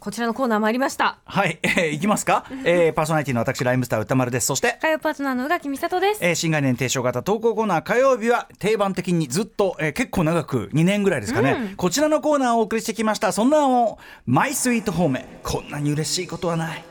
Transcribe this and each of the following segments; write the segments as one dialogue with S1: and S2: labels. S1: こちらのコーナー参りました
S2: はい、えー、いきますか、えー、パーソナリティの私ライムスター歌丸ですそして、
S1: 火曜パートナーの宇垣美里です
S2: えー、新概念提唱型投稿コーナー火曜日は定番的にずっと、えー、結構長く2年ぐらいですかね、こちらのコーナーをお送りしてきましたそんなをマイスイートホームこんなに嬉しいことはない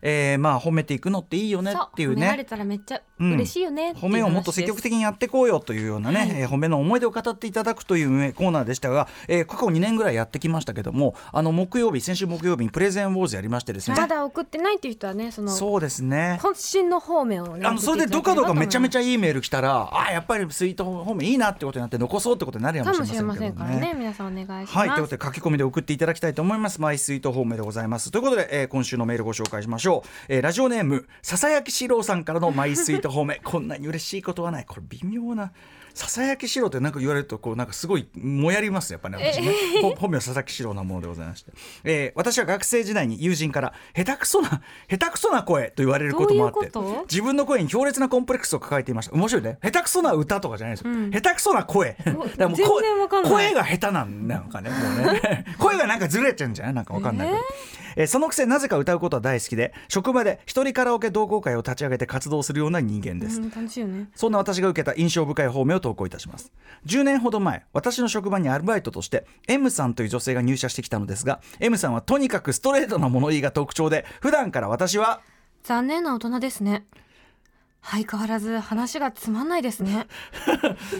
S2: えー、まあ褒めていくのっていいよね
S1: そう
S2: っていう
S1: 褒められ
S2: ね
S1: たらめっちゃ
S2: うん
S1: 嬉しいよねっていう話です、
S2: 褒めをもっと積極的にやっていこうよというようなね、えー褒めの思い出を語っていただくというえーコーナーでしたが、えー、過去2年ぐらいやってきましたけどもあの木曜日先週木曜日にプレゼンウォーズやりましてですね、
S1: まだ送ってないっていう人はねその
S2: そうですね
S1: 渾身の方面をね
S2: あのそれでドカドカめちゃめち
S1: ゃ
S2: ゃいいメール来たらあやっぱりスイートホームいいなってことになって残そうってことになるや
S1: か
S2: も
S1: も
S2: し
S1: し
S2: れ
S1: れ
S2: ま
S1: ま
S2: せ
S1: せ
S2: ん
S1: ん
S2: け
S1: か
S2: ど
S1: らね
S2: ね。
S1: 皆さんお願いします、
S2: はいということで書き込みで送っていただきたいと思いますマイスイートホームでございますということで、えー今週のメールご紹介しましょう、えーラジオネームささやきしろうさんからのマイスイートホーム こんなに嬉しいことはないこれ微妙なささやきしろうってなんか言われるとこうなんかすごいもやりますねやっぱね私ね、ほ本名は佐々木しろうなものでございまして、えー私は学生時代に友人から下手くそな下手くそな声と言われることもあって
S1: どういうこと
S2: 自分の声に強烈なコンプレックスを抱えていました面白いね下手くそな歌とかじゃないですよ、下手くそな声 だからも
S1: 全
S2: う声
S1: 然わかんない
S2: 声が下手なんなのかねもうね 声がなんかずれちゃうんじゃないなんかわかんないけど、えーそのくせなぜか歌うことは大好きで職場で一人カラオケ同好会を立ち上げて活動するような人間です、
S1: うん、楽しいよね
S2: そんな私が受けた印象深い方面を投稿いたします10年ほど前私の職場にアルバイトとして M さんという女性が入社してきたのですが M さんはとにかくストレートな物言いが特徴で普段から私は
S1: 残念な大人ですね相変わらず話がつまんないですね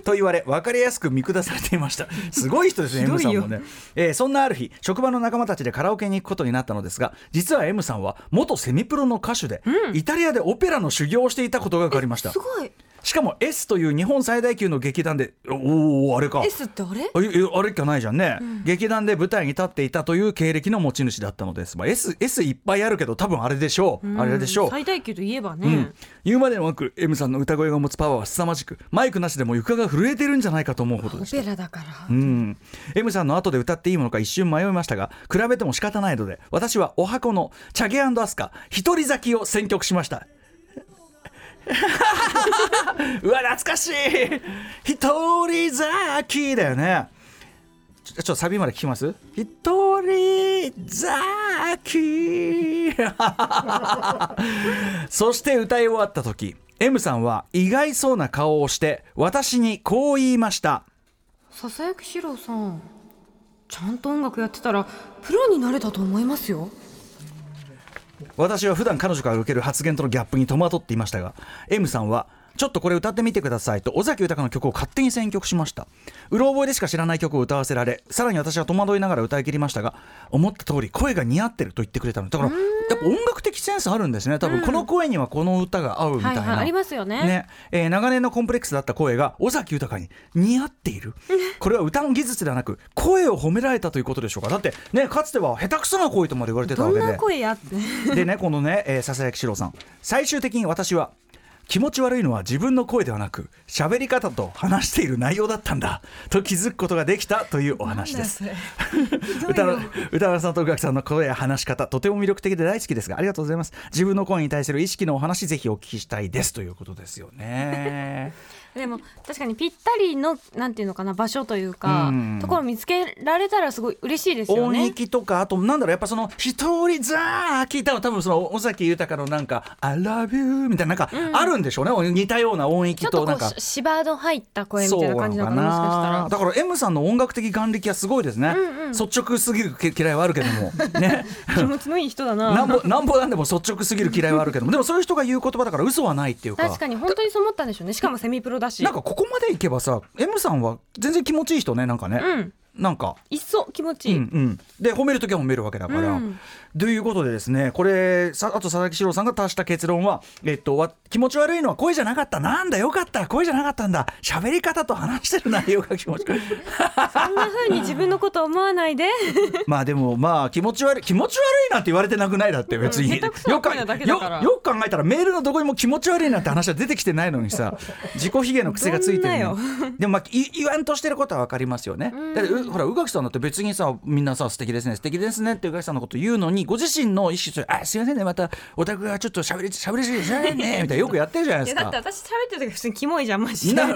S2: と言われ分かりやすく見下されてい ましたすごい人ですね M
S1: ひど
S2: さ
S1: い
S2: ん
S1: よ
S2: もね、えーそんなある日職場の仲間たちでカラオケに行くことになったのですが実は M さんは元セミプロの歌手で、イタリアでオペラの修行をしていたことが分かりました
S1: すごい
S2: しかも S という日本最大級の劇団でおおあれか
S1: S ってあれ
S2: あいえあれっきゃないじゃんね、劇団で舞台に立っていたという経歴の持ち主だったのです、まあ、S, S いっぱいあるけど多分あれでしょう、あれでしょう
S1: 最大級といえば
S2: う
S1: ね
S2: ん、言うまでもなく M さんの歌声が持つパワーは凄まじくマイクなしでも床が震えてるんじゃないかと思うほど
S1: オ
S2: です
S1: ペラだから、
S2: うん、M さんの後で歌っていいものか一瞬迷いましたが比べても仕方ないので私はお箱のチャゲアスカ一人咲きを選曲しました うわ懐かしい一人咲きだよねちょちょっとサビまで聞きます一人咲き そして歌い終わった時 M さんは意外そうな顔をして私にこう言いました
S1: 笹焼史郎さんちゃんと音楽やってたらプロになれたと思いますよ
S2: 私は普段彼女から受ける発言とのギャップに戸惑っていましたが M さんはちょっとこれ歌ってみてくださいと尾崎豊の曲を勝手に選曲しましたうろ覚えでしか知らない曲を歌わせられさらに私は戸惑いながら歌い切りましたが思った通り声が似合ってると言ってくれたのだからやっぱ音楽的センスあるんですね多分この声にはこの歌が合うみたいな、
S1: はいはいありますよね
S2: ねえー長年のコンプレックスだった声が尾崎豊に似合っ ているこれは歌の技術ではなく声を褒められたということでしょうかだってねかつては下手くそな声とまで言われてた
S1: ど
S2: わ
S1: ん
S2: けで
S1: な声やって
S2: でね このね、えー、笹焼史郎さん最終的に私は気持ち悪いのは自分の声ではなく喋り方と話している内容だったんだと気づくことができたというお話です 歌の歌丸さんと宇垣さんの声や話し方とても魅力的で大好きですがありがとうございます自分の声に対する意識のお話ぜひお聞きしたいですということですよね
S1: でも確かにぴったりのなんていうのかな場所というか、
S2: うん
S1: ところを見つけられたらすごい嬉しいですよ
S2: 音
S1: ね。
S2: 域とかあとなんだろうやっぱその「一人ザー」聞いたの多分その尾崎豊のなんか「I love you」みたいななんかあるんでしょうね、似たような音域
S1: ちょっと
S2: と
S1: こ
S2: なん
S1: う
S2: か
S1: し芝の入った声みたいな感じなのかなもしかしたら。
S2: だから M さんの音楽的眼力はすごいですね、率直すぎる嫌いはあるけど もね
S1: 気持ちのいい人だな。
S2: なんぼなんぼなんでも率直すぎる嫌いはあるけどもでもそういう人が言う言葉だから嘘はないっていうか
S1: 確かに本当にそう思ったんでしょうね。しかもセミプロだし
S2: な。んかここまでいけばさ M さんは全然気持ちいい人ねなんかね、
S1: うん
S2: なんか
S1: いっそ気持ちいい。
S2: うんうん、で褒める時は褒めるわけだから。
S1: うん
S2: ということでですねこれさあと佐々木史郎さんが足した結論は、えっと、わ気持ち悪いのは声じゃなかったなんだよかった声じゃなかったんだ喋り方と話してる内容が気持ち悪い
S1: そんな風に自分のこと思わないで。
S2: まあでもまあ気持ち悪い気持ち悪いなんて言われてなくないだって別に、
S1: うん下手くそな
S2: よく
S1: 声なだけだから
S2: よよく考えたらメールのどこにも気持ち悪いなんて話は出てきてない のにさ自己卑下の癖がついてるの
S1: ど
S2: でもまあい言わんとしてることは分かりますよねだってうほら宇垣さんだって別にさみんなさ素敵ですね素敵ですねって宇垣さんのこと言うのにご自身の意識として「あすいませんねまたオタクがちょっとしゃべりしゃべりすぎてしゃべれね」みたいなよくやってるじゃない
S1: い
S2: で
S1: や
S2: す
S1: だって
S2: か。
S1: 私喋ってる時普通にキモいじゃんマジで
S2: な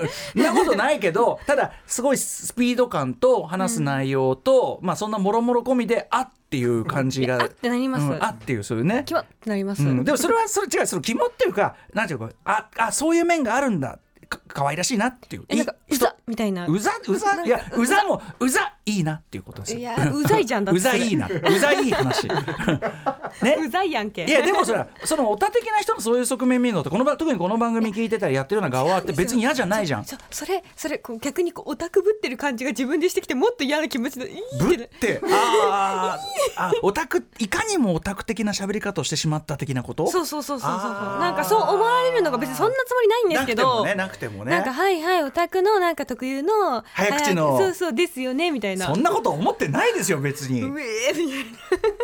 S2: なことないけどただすごいスピード感と話す内容と、まあそんなもろもろ込みで「あ」っていう感じが
S1: あってなります
S2: うんあっていうそういうね
S1: キモってなります、
S2: うん、でもそれはそれ違うその肝っていうかなんていうかああそういう面があるんだか可愛らしいなっていう
S1: えなんか
S2: いう
S1: ざみたいな
S2: うざうざいやうざもうざいいなっていうことですよ
S1: いやうざいじゃんだって
S2: うざいいなうざいい話ね
S1: うざいやんけ
S2: いやでもそれはそのオタ的な人のそういう側面見るのってこの番特にこの番組聞いてたりやってるような側って別に嫌じゃないじゃん
S1: そそれそれこう逆にこうオタクぶってる感じが自分でしてきてもっと嫌な気持ちでいい
S2: ぶ
S1: っ
S2: っててあー あオタクいかにもオタク的な喋り方をしてしまった的なこと
S1: そうそうそうそうそうそう
S2: あー
S1: なんかそう思われるのが別にそんなつもりないんですけど
S2: なくてもね
S1: な
S2: なんくて
S1: か
S2: も
S1: は
S2: ね
S1: いはいオタクのなんか特有の
S2: 早口の
S1: そうそうですよねみたいな
S2: そんなこと思ってないですよ別 に
S1: うえーみたいな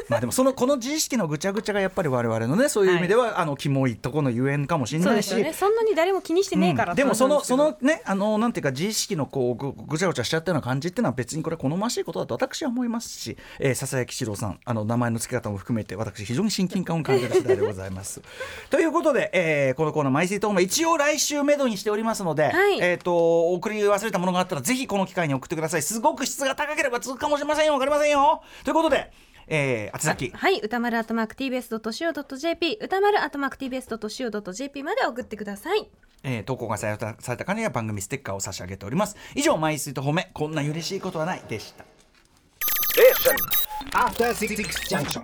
S2: まあでもそのこの自意識のぐちゃぐちゃがやっぱり我々のねそういう意味では、あのキモいとこのゆえんかもしれ
S1: そう
S2: な
S1: で
S2: い
S1: す
S2: し。
S1: よねそんなに誰も気にしてねえから、
S2: うんでもそのそ
S1: そうなん
S2: のねあのなんていうか自意識のこうぐぐちゃぐちゃしちゃったような感じっていうのは別にこれは好ましいことだと私は思いますし、えー、笹谷吉郎さんあの名前の付け方も含めて私非常に親近感を感じる次第でござ います。ということで、えーこのコーナー「マイスイートホーム」一応来週めどにしておりますので、
S1: はい
S2: えー、と送り忘れたものがあったらぜひこの機会に送ってくださいすごく質が高ければ続くかもしれませんよわかりませんよということで、えー、宛先
S1: はい歌丸アットマーク TBS.CO.JP 歌丸アットマーク TBS.CO.JP まで送ってください
S2: えー投稿が採用さされた方には番組ステッカーを差し上げております以上「マイスイート褒めこんな嬉しいことはない」でした
S3: After Six Junction.